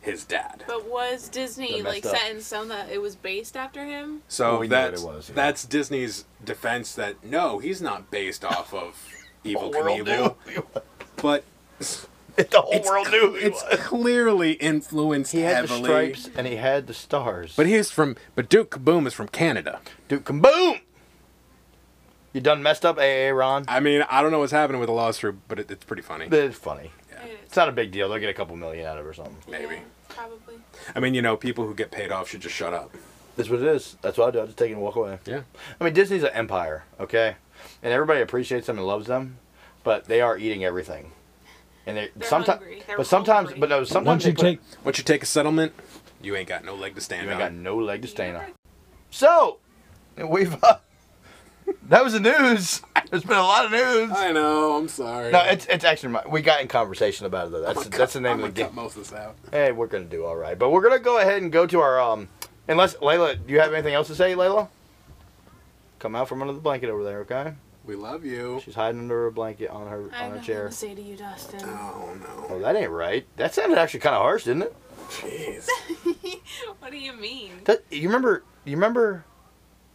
his dad.
But was Disney
They're
like
messed up.
set in stone that it was based after him?
So
Well, we knew what
that's
it was, yeah.
that's Disney's defense that no, he's not based off of Evil
The world
Knievel,
knew who he was.
but
the whole
it's,
world knew who he
it's
was.
clearly influenced
He had the
heavily.
stripes and he had the stars.
But he's from but Duke Kaboom is from Canada.
Duke Kaboom! You done messed up, AA Ron?
I mean, I don't know what's happening with the lawsuit, but it, it's pretty funny.
It's funny.
It-
It's not a big deal. They'll get a couple million out of it or something.
Maybe.
yeah, probably.
I mean, you know, people who get paid off should just shut up.
That's what it is. That's what I do. I just take it and walk away.
Yeah.
I mean, Disney's an empire, okay? And everybody appreciates them and loves them, but they are eating everything. And they
They're
sometimes,
hungry. They're
but sometimes,
hungry.
but no, sometimes
Once
they
you
put-
take
Once you take a settlement, you ain't got no leg to stand
you ain't
on.
got no leg to
You
stand on.
never-
So, we've uh, that was the news.
I
There's been a lot of news.
I know. I'm sorry.
No, it's it's actually my, we got in conversation about it though.
I'm
That's
gonna
that's
cut-
the name
I'm
of the
gonna
game.
cut most of this out.
Hey, Eh, we're gonna do all right, but we're gonna go ahead and go to our um. Unless Layla, do you have anything else to say, Layla? Come out from under the blanket over there, okay?
We love you.
She's hiding under her blanket on her
I
on
don't
her
know what
chair.
to say to you, Dustin.
Oh no.
Oh, that ain't right. That sounded actually kind of harsh, didn't it?
Jeez.
what do you mean?
That, you remember? You remember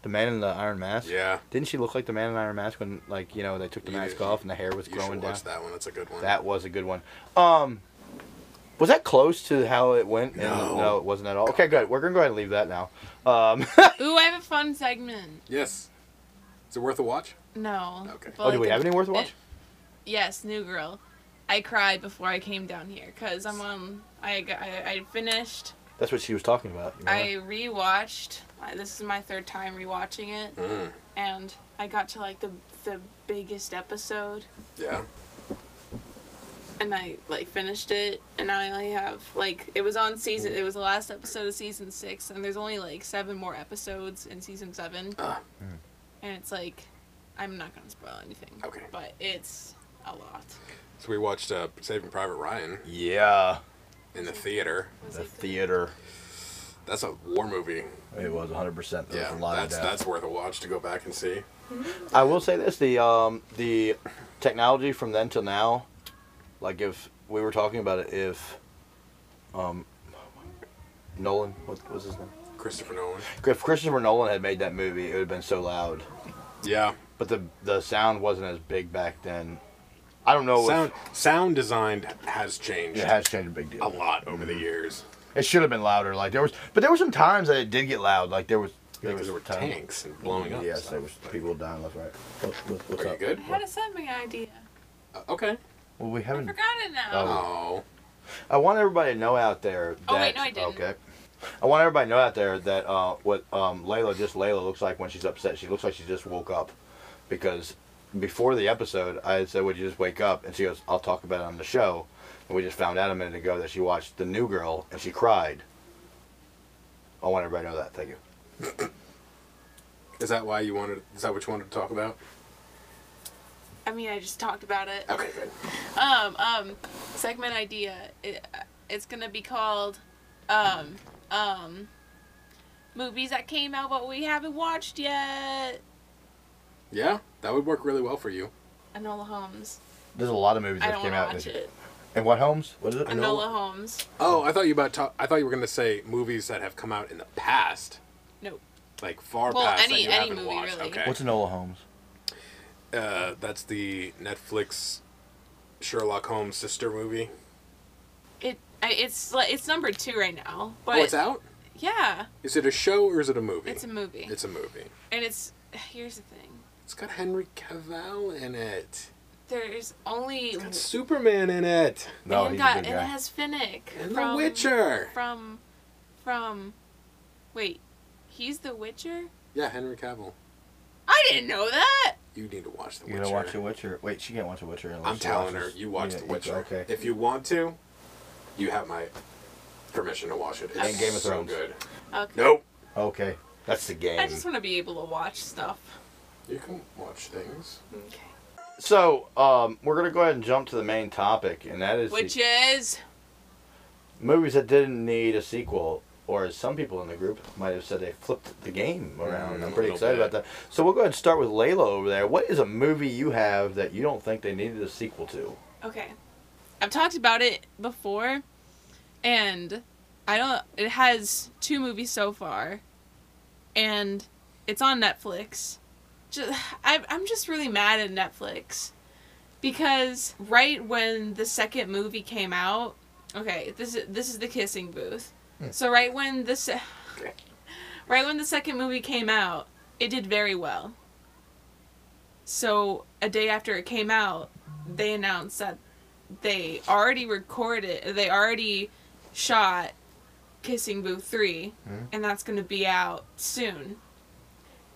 the man in the iron mask?
Yeah.
Didn't she look like the man in the iron mask when, like, you know, they took the
You-
mask off and the hair was
You should
growing down?
watch that one. It's a good one.
That was a good one. Um, was that close to how it went? And-
No.
no, it wasn't at all. Okay, good. We're gonna go ahead and leave that now. Um,
Ooh, I have a fun segment.
Yes. Is it worth a watch?
No.
Okay.
but
oh, do
like
we
a-
have any worth
it-
watch?
Yes, New Girl. I cried before I came down here because I'm on. I, got- I, I finished.
That's what she was talking about. you
I rewatched. I- This is my third time rewatching it,
Mm.
and I got to like the the biggest episode,
Yeah.
and I like finished it, and I only have like it was on season. It was the last episode of season six, and there's only like seven more episodes in season seven,
Ah.
and it's like, I'm not gonna spoil anything.
Okay.
But it's a lot.
So we watched uh, Saving Private Ryan
yeah,
in the theater.
Was
the
it good?
theater.
That's a war movie.
It was 100. percent There
Yeah.
was a lot
That's
of that.
that's worth a watch to go back and see.
I will say this: the um, the technology from then till now, like if we were talking about it, if um, Nolan, what was his name?
Christopher Nolan.
If Christopher Nolan had made that movie, it would have been so loud.
Yeah.
But the the sound wasn't as big back then. I don't know. if-
Sound sound design Oh, has Mm-hmm. changed
it has changed a big
a
deal.
lot over the years.
It should have been louder. Like there was, but there were some times that it did get loud. Like there was.
Because there were
times-
tanks and blowing up.
Yes,
stuff.
there was people dying left, right. What, what- what's
Are you
up?
good?
I had a segment idea.
Uh, okay.
Well, we
I
haven't.
forgot it now.
Oh.
Oh.
I want everybody to know out there. That,
Oh, wait, no, I didn't.
Okay. I want everybody to know out there that uh, what um, Layla just Layla looks like when she's upset. She looks like she just woke up, because before the episode, I said, "Would you just wake up?" And she goes, "I'll talk about it on the show." And we just found out a minute ago that she watched The New Girl and she cried. I want everybody to know that. Thank you.
Is that why you wanted? Is that what you wanted to talk about?
I mean, I just talked about it.
Okay, good.
um um segment idea it, it's gonna be called um um movies that came out but we haven't watched yet
Yeah, that would work really well for you.
Anola Holmes.
There's a lot of movies
I
that
don't
came
want
out.
to watch
this year.
it.
And what Holmes? What is it?
Anola Holmes.
Oh, I thought you about. To- I thought you were gonna say movies that have come out in the past,
Nope.
like far
Well,
past
any-
that you
any
haven't
movie,
watched.
really.
Okay,
What's Enola Holmes?
uh, that's the Netflix Sherlock Holmes sister movie.
It I, it's like it's number two right now. But
Oh, it's out.
yeah,
Is it a show or is it a movie?
it's a movie,
It's a movie.
and it's here's the thing.
It's got Henry Cavill in it.
There's only
It's got Superman in it.
No,
and,
he's
got,
a good
and it
guy.
has Finnick
And The Witcher.
from from wait he's the Witcher.
Yeah, Henry Cavill.
I didn't know that.
You need to watch The
You
Witcher.
gonna watch The Witcher? Wait, she can't watch The Witcher. Unless
I'm
she
telling her
watches-
you watch
Yeah,
The Witcher.
Okay.
If you want to, you have my permission to watch it. It's
And Game of
so
Thrones.
good.
Okay.
Nope.
Okay. That's the game.
I just want to be able to watch stuff.
You can watch things.
Okay.
So, um, we're gonna go ahead and jump to the main topic, and that is the
Which is
movies that didn't need a sequel, or as some people in the group might have said, they flipped the game around.
Mm,
I'm
a
pretty
little
excited
bit.
about that. So we'll go ahead and start with Layla over there. What is a movie you have that you don't think they needed a sequel to?
okay. I've talked about it before, and I don't. It has two movies so far, and it's on Netflix. Just, I, I'm just really mad at Netflix because right when the second movie came out, okay, this is this is the kissing booth. So right when the se- right when the second movie came out, it did very well. So a day after it came out, they announced that they already recorded, they already shot Kissing Booth 3, and that's going to be out soon.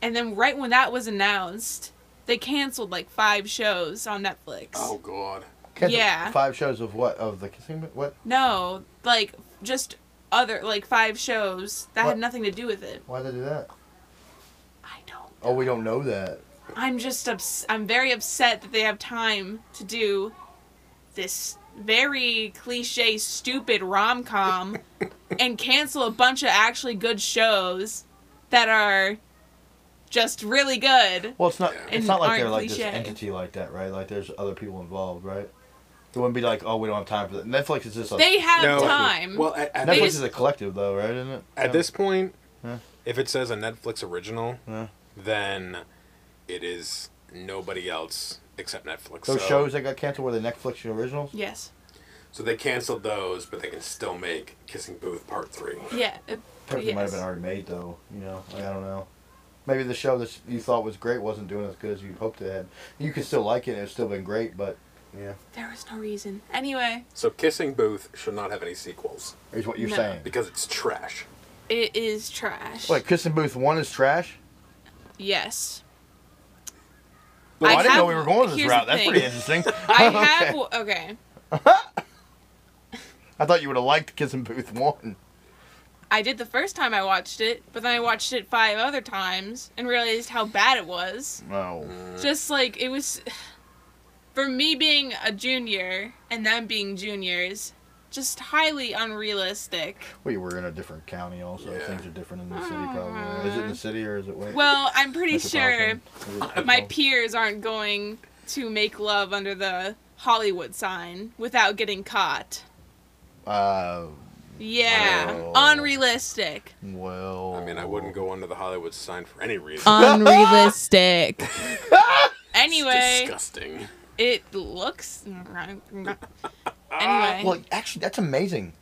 And then right when that was announced, they canceled like five shows on Netflix.
Oh God.
Cancel Yeah.
Five shows of what? Of the kissing? What?
No, like just other like five shows that
What?
had nothing to do with it.
Why'd they do that?
I don't.
Oh, we don't know that.
I'm just ups- I'm very upset that they have time to do this very cliche, stupid rom com and cancel a bunch of actually good shows that are just really good.
Well, it's not.
And
It's not like they're
aren't
like this
cliche.
entity like that, right? Like there's other people involved, right? It wouldn't be like, oh, we don't have time for that. Netflix is just like
They have
No,
time.
Well, at, at,
Netflix
this,
just-
is a collective, though, right? Isn't it?
at
Yeah.
this point,
Yeah.
if it says a Netflix original,
Yeah.
then it is nobody else except Netflix.
those
so,
shows that got canceled were the Netflix originals.
yes.
So they canceled those, but they can still make Kissing Booth Part Three.
Yeah. it-
Technically, might have been
yes.
already made, though. You know, like, I don't know. Maybe the show that you thought was great wasn't doing as good as you hoped it had. You could still like it; it's still been great, but yeah,
There was no reason. Anyway,
So Kissing Booth should not have any sequels
is what you're
No.
saying.
because it's trash.
it is trash.
Wait, Kissing Booth One is trash.
Yes.
Well, I, didn't
have-
know we were going this
here's
route.
the
That's
thing.
pretty interesting.
I
Okay.
have okay.
I thought you would have liked Kissing Booth One.
I did the first time I watched it, but then I watched it five other times and realized how bad it was.
No.
Just like it was for me being a junior and them being juniors, just highly unrealistic.
We were in a different county, also.
Yeah.
Things are different in the city, probably. Is it in the city or is it wait?
Mm. Well, I'm pretty sure
metropolitan? Is it
my
metropolitan?
peers aren't going to make love under the Hollywood sign without getting caught.
Uh,
Yeah.
Oh.
Unrealistic.
well.
I mean, I wouldn't go under the Hollywood sign for any reason.
Um, Unrealistic.
Ah!
anyway,
Disgusting.
it looks. Anyway.
Well, actually, that's amazing.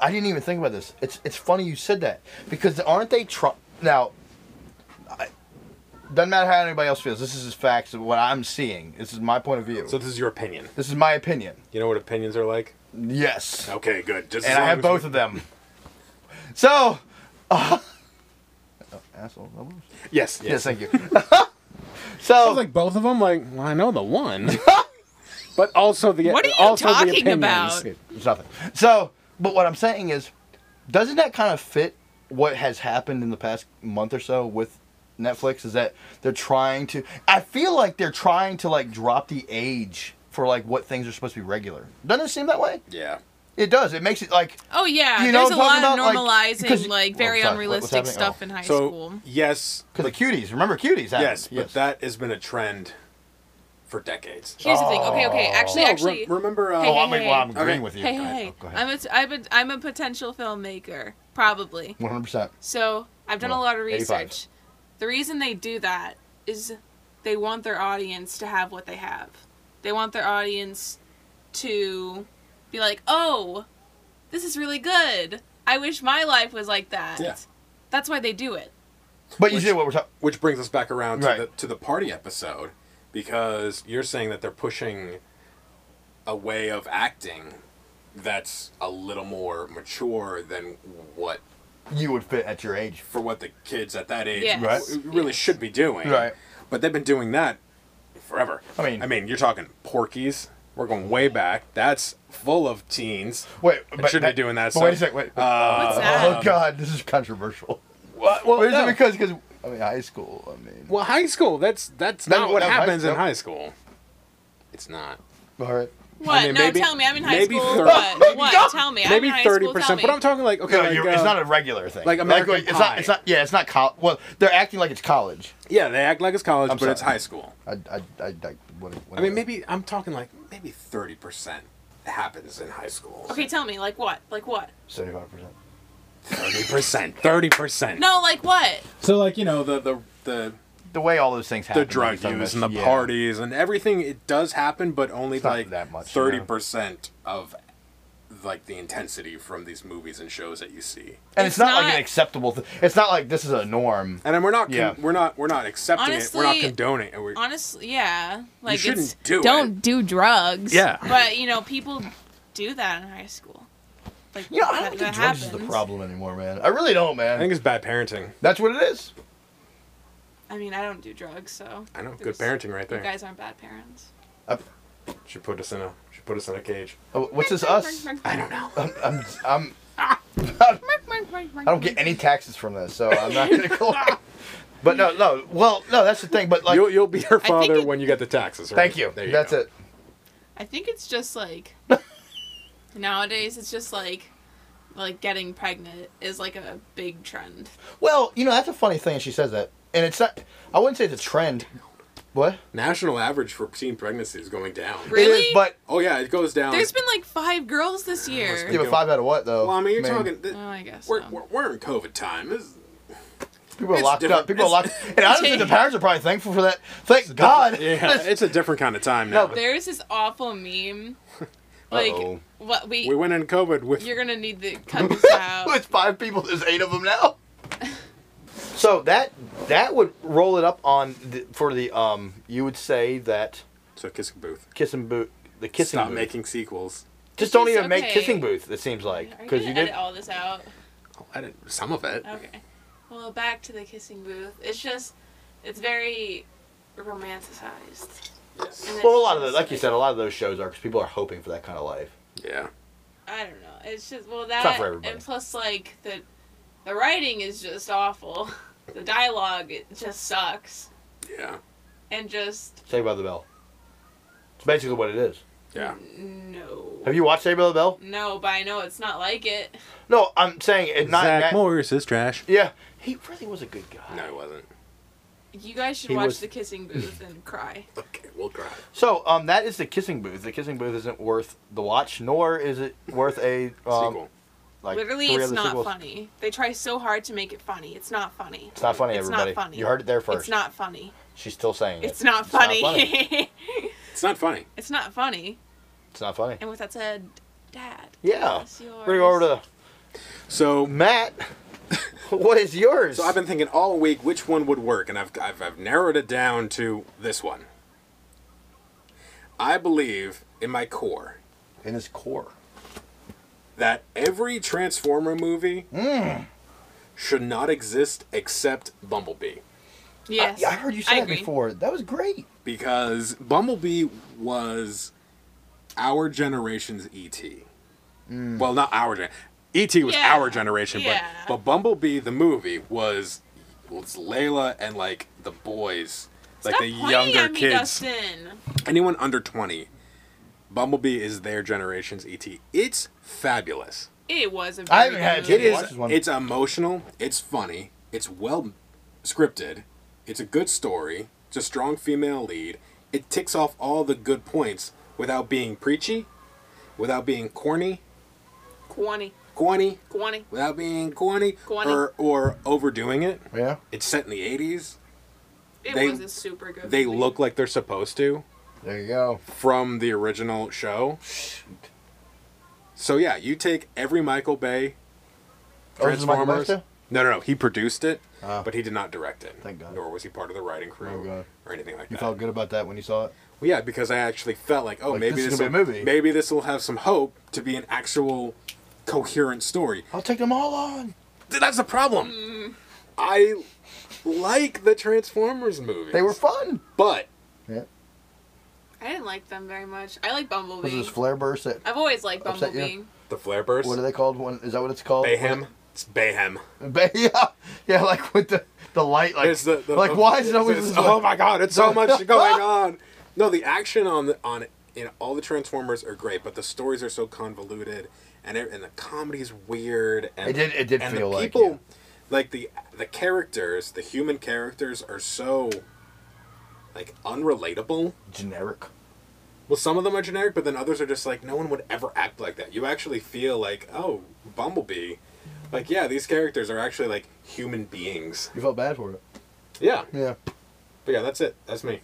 I didn't even think about this. It's it's funny you said that because aren't they Trump now? I, doesn't matter how anybody else feels. This is just facts of what I'm seeing. This is my point of view.
So this is your opinion.
this is my opinion.
You know what opinions are like?
Yes.
Okay, good. Just as
and I
long
have
as
both
we-
of them. So, uh, asshole. elbows?
Yes, yes.
Yes, thank you. so,
like both of them. Like well, I know the one, but also the
What are you
also the
talking
opinions.
about?
There's nothing. So, but what I'm saying is, doesn't that kind of fit what has happened in the past month or so with Netflix? Is that they're trying to? I feel like they're trying to like drop the age for like what things are supposed to be regular. Doesn't it seem that way?
Yeah.
It does. It makes it like
Oh yeah,
You know
there's a
what I'm
lot of
talking about? Like,
normalizing,
because-
like,
Oh,
very
sorry, what- what's
unrealistic
happening?
stuff
Oh.
in high
So
school.
yes,
because the cuties. Remember cuties? happened.
yes, but that has been a trend for decades.
Here's the thing. Okay, okay. Actually,
No, re-
actually,
remember? Uh,
Oh,
Hey,
I'm, well, I'm
Okay.
agreeing with you.
hey, hey, hey.
Go
I'm
ahead.
a, I'm a, I'm a potential filmmaker, probably.
One hundred percent.
So I've done a
Well,
lot of
85.
research. The reason they do that is they want their audience to have what they have. They want their audience to be like, "Oh, this is really good. I wish my life was like that."
Yeah.
That's why they do it.
But you
Which-
see what we're talking.
Which brings us back around to,
Right.
the, to the party episode, because you're saying that they're pushing a way of acting that's a little more mature than what
You would fit at your age.
for what the kids at that age
Yes.
Right.
w- really should be doing.
Right.
But they've been doing that forever.
I mean-
I mean, you're talking Porkies. We're going way back. That's full of teens.
Wait,
It
but
should
that-
be doing that.
but wait a sec, wait.
What's
Uh,
that?
Oh God, this is controversial.
what?
Well, is
no.
it because because I mean high school? I mean,
Well, high school. That's that's
No,
not what
no, high-
happens in
no.
high school. It's not.
all right.
What?
mean,
no,
maybe-
tell me. I'm in high
maybe
school.
30
what? What? Tell me.
Maybe
I'm in high
thirty
School, tell
percent,
me.
but I'm talking like okay,
No,
like,
you're,
uh,
it's not a regular thing.
like American
wait, It's not.
Pie.
It's not. Yeah, it's not college. Well, they're acting like it's college.
yeah. They act like it's college,
I'm
but it's
sorry.
high school.
I, I, I, I, what, what
I mean, maybe I'm talking like maybe thirty percent happens in high school.
Okay, tell me. Like what? Like what?
seventy-five percent.
thirty percent, thirty percent.
No, like what?
So like you know the the the,
The way all those things happen.
the drug
like,
use
so
and the
much- yeah.
parties and everything it does happen, but only
not
like
that much, you know?
thirty percent of like the intensity from these movies and shows that you see.
And it's,
It's
not, like
not-
an acceptable. Th- it's not like this is a norm.
And then we're not con-
Yeah.
we're not we're not accepting it. We're not
Honestly-
condoning it. We're,
Honestly, yeah. Like
shouldn't
it's,
do
Don't
it.
do drugs.
Yeah.
But you know, people do that in high school. Like
You know, I
that,
don't think
that
drugs
happens.
is the problem anymore, man. I really don't, man.
I think it's bad parenting.
That's what it is.
I mean, I don't do drugs, so
I know, good
There's-
parenting right
you
there.
guys aren't bad parents.
Uh,
She put us in a she put us in a cage.
oh, what's this us?
I don't know.
I'm, I'm, I don't get any taxes from this, so I'm not gonna go. But no, no. Well, no, that's the thing. But like,
you'll, you'll be her
think
father
it-
when you get the taxes. Right?
thank you.
There
that's
go.
it.
I think it's just like nowadays it's just like like getting pregnant is like a big trend.
Well, you know, that's a funny thing. She says that, and it's not. I wouldn't say it's a trend. What?
National average for teen pregnancy is going down.
Really?
It is, but
Oh yeah, it goes down.
There's been like five girls this
give
year.
it five out of what though?
well, I mean, you're talking. th-
Oh, I guess.
we're,
so.
we're, we're in COVID time. This is-
People are
It's
locked
different.
up. People are locked. And I don't think the parents are probably thankful for that. Thank God.
yeah, it's a different kind of time now.
No,
There's this awful meme. Like
Uh-oh.
what we,
we went in COVID with
you're gonna need to cut this out.
With five people, there's eight of them now. so that that would roll it up on the, for the um. You would say that
so kissing booth.
kissing booth, the kissing
Stop
booth.
making sequels.
Just don't
It's
even make
okay.
kissing booth. It seems like
Are you
because
gonna
you,
edit
did.
all this out?
I'll edit some of it.
Okay. Well, back to the kissing booth. It's just it's very romanticized.
Yes.
And
Well, a
it's
lot of the,
just,
like you said, a lot of those shows are because people are hoping for that kind of life.
Yeah.
I don't know. It's just well that
not for everybody.
and plus like the the writing is just awful. The dialogue it just sucks
Yeah.
and just
Saved by the Bell. It's basically what it is.
Yeah.
no.
Have you watched Saved by the Bell?
No, but I know it's not like it.
No, I'm saying it. Not in that-
Morris is trash.
Yeah, he really was a good guy.
No, it wasn't.
You guys should
He
watch
was-
the kissing booth and cry.
Okay, we'll cry.
So, um, that is the kissing booth. The kissing booth isn't worth the watch, nor is it worth a um,
Sequel.
like
Literally,
three
it's
other
not
sequels.
funny. They try so hard to make it funny. It's not funny.
It's not funny,
It's not
everybody.
funny.
You heard it there first.
It's not funny.
She's still saying it.
It's not funny.
It's not funny.
it's not funny.
it's not funny.
And with that said, Dad.
Yeah.
what's
We're gonna go over
yours?
to
So
Matt. what is yours?
So I've been thinking all week which one would work, and I've, I've, I've narrowed it down to this one. I believe in my core
in his core.
that every Transformer movie should not exist except Bumblebee.
Yes.
Yeah, I heard you say that
agree.
before. That was great.
Because Bumblebee was our generation's E.T. Well, not our gen. E.T. was
Yeah,
our generation,
yeah.
but, but Bumblebee, the movie, was, was Layla and like the boys, like
Stop
the
pointing
younger
at me,
kids.
Dustin.
anyone under 20 bumblebee is their generation's et it's fabulous
It was a.
I
very
haven't
good
had-
it
movie.
Watch
is
this one.
it's emotional it's funny it's well scripted it's a good story it's a strong female lead it ticks off all the good points without being preachy without being corny
Quanny,
corny
quanny.
without being corny
Corny.
or or overdoing it
Yeah.
it's set in the 80s
It
They-
was a super good.
they
movie.
look like they're supposed to
There you go.
from the original show. So yeah, you take every Michael Bay
Oh, this is Michael Bay
Transformers.
too?
no, no, no, he produced it,
Ah.
but he did not direct it.
Thank God.
Nor was he part of the writing crew
Oh, God.
or anything like
You
that.
felt good about that when you saw it.
Well, yeah, because I actually felt like, oh,
Like,
maybe
this
this
is
will
gonna be a movie.
maybe this will have some hope to be an actual coherent story.
I'll take them all on.
Th- That's the problem. I like the Transformers movies.
They were fun.
but
Yeah.
I didn't like them very much. I like Bumblebee.
Was this flare burst that?
I've always liked
Upset you?
Bumblebee.
the flare burst,
What are they called? One is that what it's called?
Bayhem, it's Bayhem.
Ba- yeah, yeah, like with the the light, like
It's the, the-
like
the-
why is it always
it's-
this
oh
light?
my god, it's so much going on. No, the action on the on in all the Transformers are great, but the stories are so convoluted, and it, and the comedy's weird. And
It did- it did
and
feel
the
like,
people,
yeah.
like the the characters, the human characters are so like unrelatable.
generic?
Well, some of them are generic, but then others are just like no one would ever act like that. You actually feel like oh, Bumblebee, like yeah, these characters are actually like human beings.
You felt bad for it.
Yeah,
Yeah,
but yeah, that's it. That's me.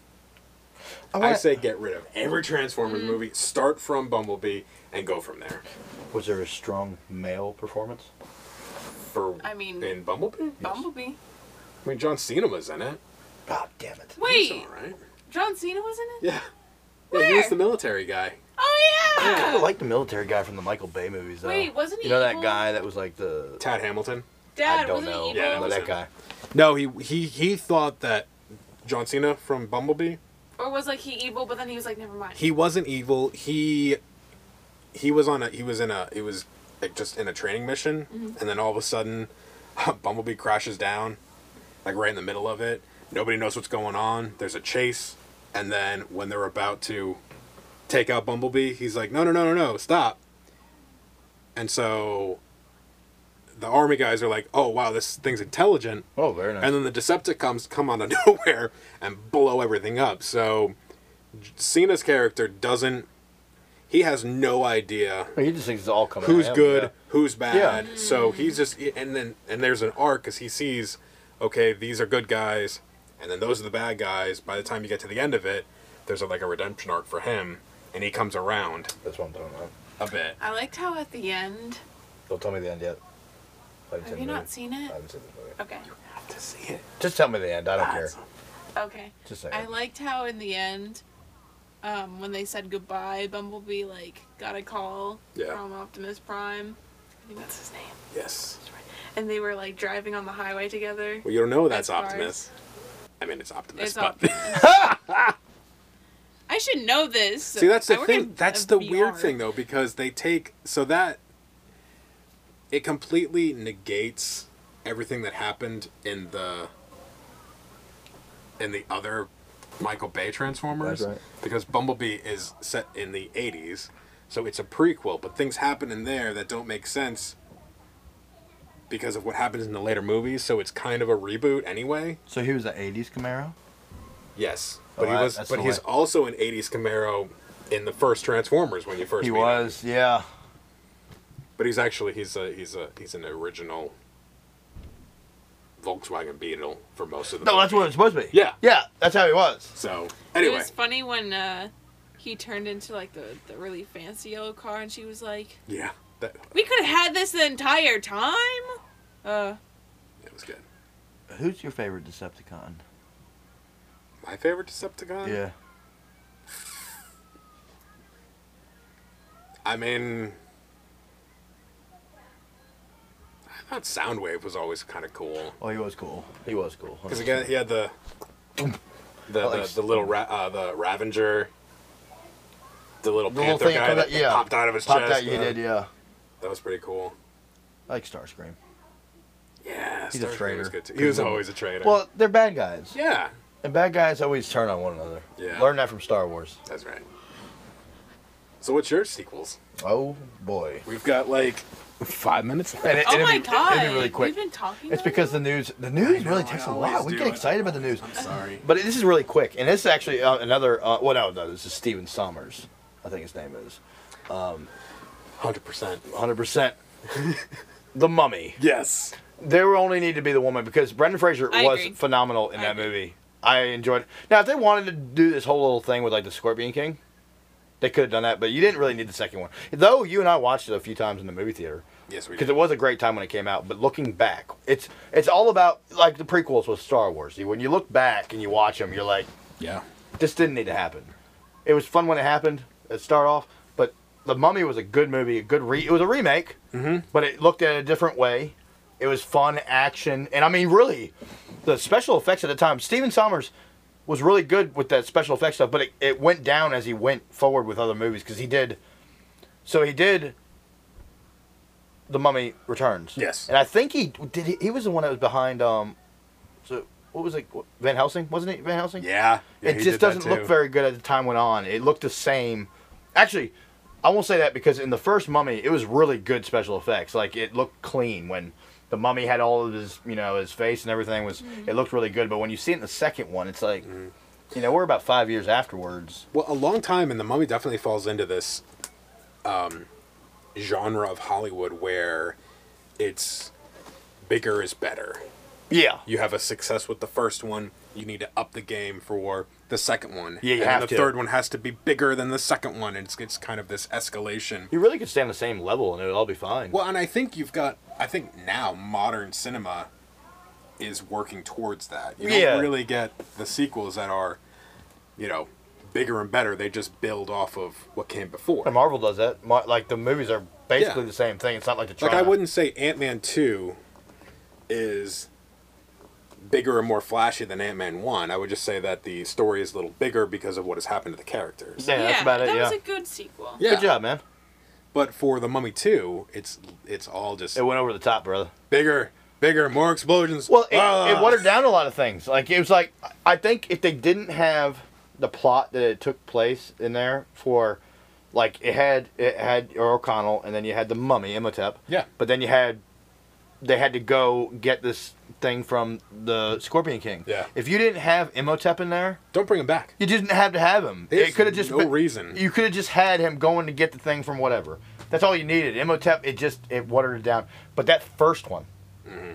I
wanna-
say get rid of every
Mm-hmm.
Transformers movie. Start from Bumblebee and go from there.
Was there a strong male performance?
For
I mean-
in Bumblebee,
Bumblebee.
I mean John Cena was in it.
God damn it!
He's
Wait,
all right.
John Cena was in it.
Yeah. Yeah, he was
Where?
the military guy.
Oh
I kind
yeah.
of like the military guy from the Michael Bay movies. Though.
Wait, wasn't he
You know
evil?
that guy that was like the
Tad Hamilton.
Dad
I don't
wasn't
know.
he
Yeah,
evil?
but
was
that
it.
guy.
No, he he he thought that John Cena from Bumblebee.
Or was like he evil? But then he was like, never mind.
He wasn't evil. He he was on a he was in a he was like just in a training mission, and then all of a sudden, Bumblebee crashes down, like right in the middle of it. Nobody knows what's going on. There's a chase, and then when they're about to take out Bumblebee, he's like, "No, no, no, no, no, stop!" And so the army guys are like, "Oh wow, this thing's intelligent."
Oh, very nice.
And then the Decepticons come out of nowhere and blow everything up. So J- Cena's character doesn't. He has no idea
He just thinks it's all coming.
who's
at him,
good,
yeah.
who's bad. So he's just and then and there's an arc because he sees, okay, these are good guys, and then those are the bad guys. By the time you get to the end of it, there's a, like a redemption arc for him, and he comes around
That's what I'm talking about.
a bit.
I liked how at the end.
Don't tell me the end yet. I haven't
Have
the
you
movie.
not seen
I
it?
haven't seen the movie.
Okay.
to see it.
Just tell me the end. I don't care.
Okay.
Just say
I
it.
liked how in the end, um, when they said goodbye, Bumblebee like got a call
Yeah.
from Optimus Prime. I think that's his name.
Yes.
And they were like driving on the highway together.
Well, you don't know that's
As far
Optimus. I mean, it's Optimus,
It's
but
I should know this.
See, that's the
I work
thing.
in
That's
a
the
VR.
weird thing, though, because they take so that it completely negates everything that happened in the in the other Michael Bay Transformers.
That's right.
Because Bumblebee is set in the '80s, so it's a prequel, but things happen in there that don't make sense because of what happens in the later movies. So it's kind of a reboot anyway.
So he was an '80s Camaro.
Yes,
Oh,
but he
that-
was.
that's
But
the
he's
way.
also an '80s Camaro in the first Transformers when you first.
He
meet him.
was, yeah.
But he's actually he's a he's a he's an original Volkswagen Beetle for most of the.
No, that's what
movie.
it's supposed to be.
Yeah.
yeah, that's how he was.
So anyway,
It was funny when uh, he turned into like the, the really fancy yellow car, and she was like,
yeah, that
"We could have had this the entire time." Uh,
it was good.
Who's your favorite Decepticon?
My favorite Decepticon.
Yeah,
I mean, I thought Soundwave was always kind of cool
oh, he was cool.
He was cool.
because again he had the the
Like-
the, the little ra- uh, the Ravenger. The little
The little
panther
thing that
guy
comes
that
out- yeah.
popped out of his
Popped
chest.
out, you
uh,
did, yeah.
That was pretty cool.
I like Starscream.
Yeah,
He's a
Starscream
traitor.
Was good too. He was always a traitor.
Well, they're bad guys,
yeah,
and bad guys always
Always turn on one another.
Yeah.
Learn that from Star Wars.
that's right. So what's your sequels?
Oh boy.
We've got like five minutes.
And it,
oh
it'll
my
be,
god!
It'll be really quick.
We've been talking.
It's
about
because
it?
the news, the news
know,
really
I
takes a
always
while. We
do
get
it.
excited about the news.
I'm sorry.
But this is really quick, and this is actually uh, another. Uh, well, no, no, this is Steven Sommers, I think his name is.
Hundred percent.
100. percent The Mummy.
Yes.
There only need to be the woman because Brendan Fraser
I
was
agree.
phenomenal in
I
that
agree.
movie. I enjoyed. Now, if they wanted to do this whole little thing with like the Scorpion King, they could have done that. But you didn't really need the second one. Though you and I watched it a few times in the movie theater
Yes, we
because
did.
it was a great time when it came out. But looking back, it's it's all about like the prequels with Star Wars. When you look back and you watch them, you're like,
yeah.
this didn't need to happen. It was fun when it happened at start off, but The Mummy was a good movie, a good re. It was a remake, mm-hmm. but it looked at it a different way. It was fun action, and I mean, really, the special effects at the time. Steven Sommers was really good with that special effects stuff, but it, it went down as he went forward with other movies because he did. So he did. The Mummy Returns.
Yes.
and I think he did. He, he was the one that was behind. Um, so what was it? Van Helsing wasn't it? Van Helsing
Yeah. Yeah, he
it
did
just
that
doesn't
too.
look very good as the time went on. It looked the same. Actually, I won't say that because in the first Mummy, it was really good special effects. Like it looked clean when the Mummy had all of his, you know, his face and everything was.
Mm-hmm.
It looked really good, but when you see it in the second one, it's like,
Mm-hmm.
you know, we're about five years afterwards.
Well, a long time, and the Mummy definitely falls into this um, genre of Hollywood where it's bigger is better.
Yeah.
You have a success with the first one. You need to up the game for the second one.
Yeah, you
and
have
the
to.
third one has to be bigger than the second one, and it's, it's kind of this escalation.
You really could stay on the same level and it'd all be fine.
Well, and I think you've got. I think now modern cinema is working towards that. You don't
Yeah.
really get the sequels that are, you know, bigger and better. They just build off of what came before.
And Marvel does that. Mar- like the movies are basically
Yeah.
the same thing. It's not like the
Like I wouldn't say Ant Man two is bigger and more flashy than Ant Man one. I would just say that the story is a little bigger because of what has happened to the characters.
Yeah, that's about it.
That
yeah.
was a good sequel.
Yeah.
Good job, man.
But for the Mummy two, it's it's all just
It went over the top, brother.
bigger, bigger, more explosions.
Well, it,
Ah.
it watered down a lot of things. Like it was like I think if they didn't have the plot that it took place in there for, like it had it had O'Connell and then you had the mummy Imhotep.
Yeah.
But then you had, they had to go get this thing from the Scorpion King.
Yeah.
If you didn't have Imhotep in there,
Don't bring him back.
you didn't have to have him.
There's
it could have just
no
been-
reason.
You could have just had him going to get the thing from whatever. That's all you needed. Imhotep, it just it watered it down. But that first one,
Mm-hmm.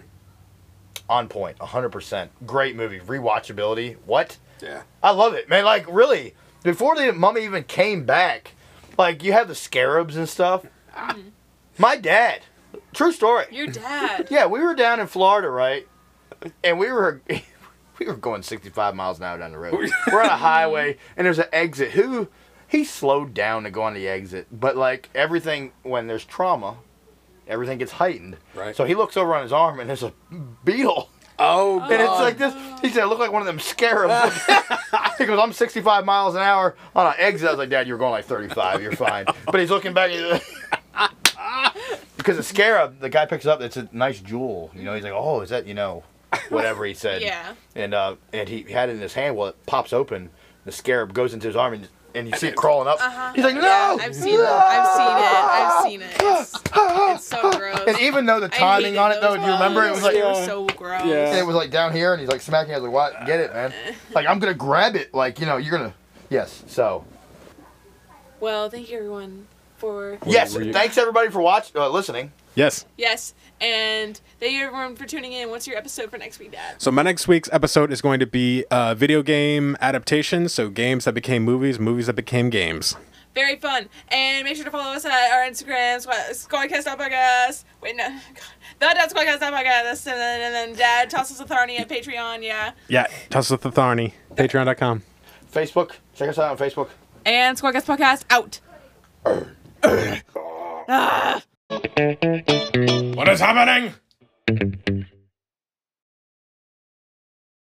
on point, hundred percent. Great movie. Rewatchability. What?
Yeah.
I love it, man. Like really, before the mummy even came back, like you have the scarabs and stuff. My dad, true story.
Your dad.
Yeah, we were down in Florida, right? And we were we were going 65 miles an hour down the road. we're on a highway and there's an exit. Who he slowed down to go on the exit, but like everything when there's trauma, everything gets heightened.
Right.
So he looks over on his arm and there's a beetle.
Oh,
And it's like this. He said, "I look like one of them scarabs." he goes, "I'm 65 miles an hour on an exit." I was like, "Dad, you were going like 35. You're fine." But he's looking back. he's like- because the scarab, the guy picks it up. It's a nice jewel. You know, he's like, "Oh, is that you know, whatever?" He said.
Yeah.
And uh, and he had it in his hand. Well, it pops open. The scarab goes into his arm, and, and you see it crawling up. He's like, "No!"
Uh-huh. Yeah, I've seen it. I've seen it. I've seen it. It's, it's so gross.
and even though the
I
timing
hated
on it, though,
those
do you remember? It
bugs.
was like "Oh."
They were so gross.
Yeah.
And it was like down here, and he's like smacking. I was like, "What? Get it, man!" Like I'm gonna grab it. Like you know, you're gonna. Yes. So.
Well, thank you everyone for
Yes.
were you-
Thanks everybody for watching, uh, listening.
yes.
yes, and thank you everyone for tuning in. What's your episode for next week, Dad?
So my next week's episode is going to be uh, video game adaptations. So games that became movies, movies that became games.
Very fun, and make sure to follow us at our Instagram, Squad- Squadcast.podcast. Wait, no, God. the dot Squadcast.podcast, and then, and then Dad tosses authority at Patreon, yeah,
Yeah. Tussle the Tharney. Patreon.com.
Facebook. Check us out on Facebook.
and Squadcast podcast out.
What is happening?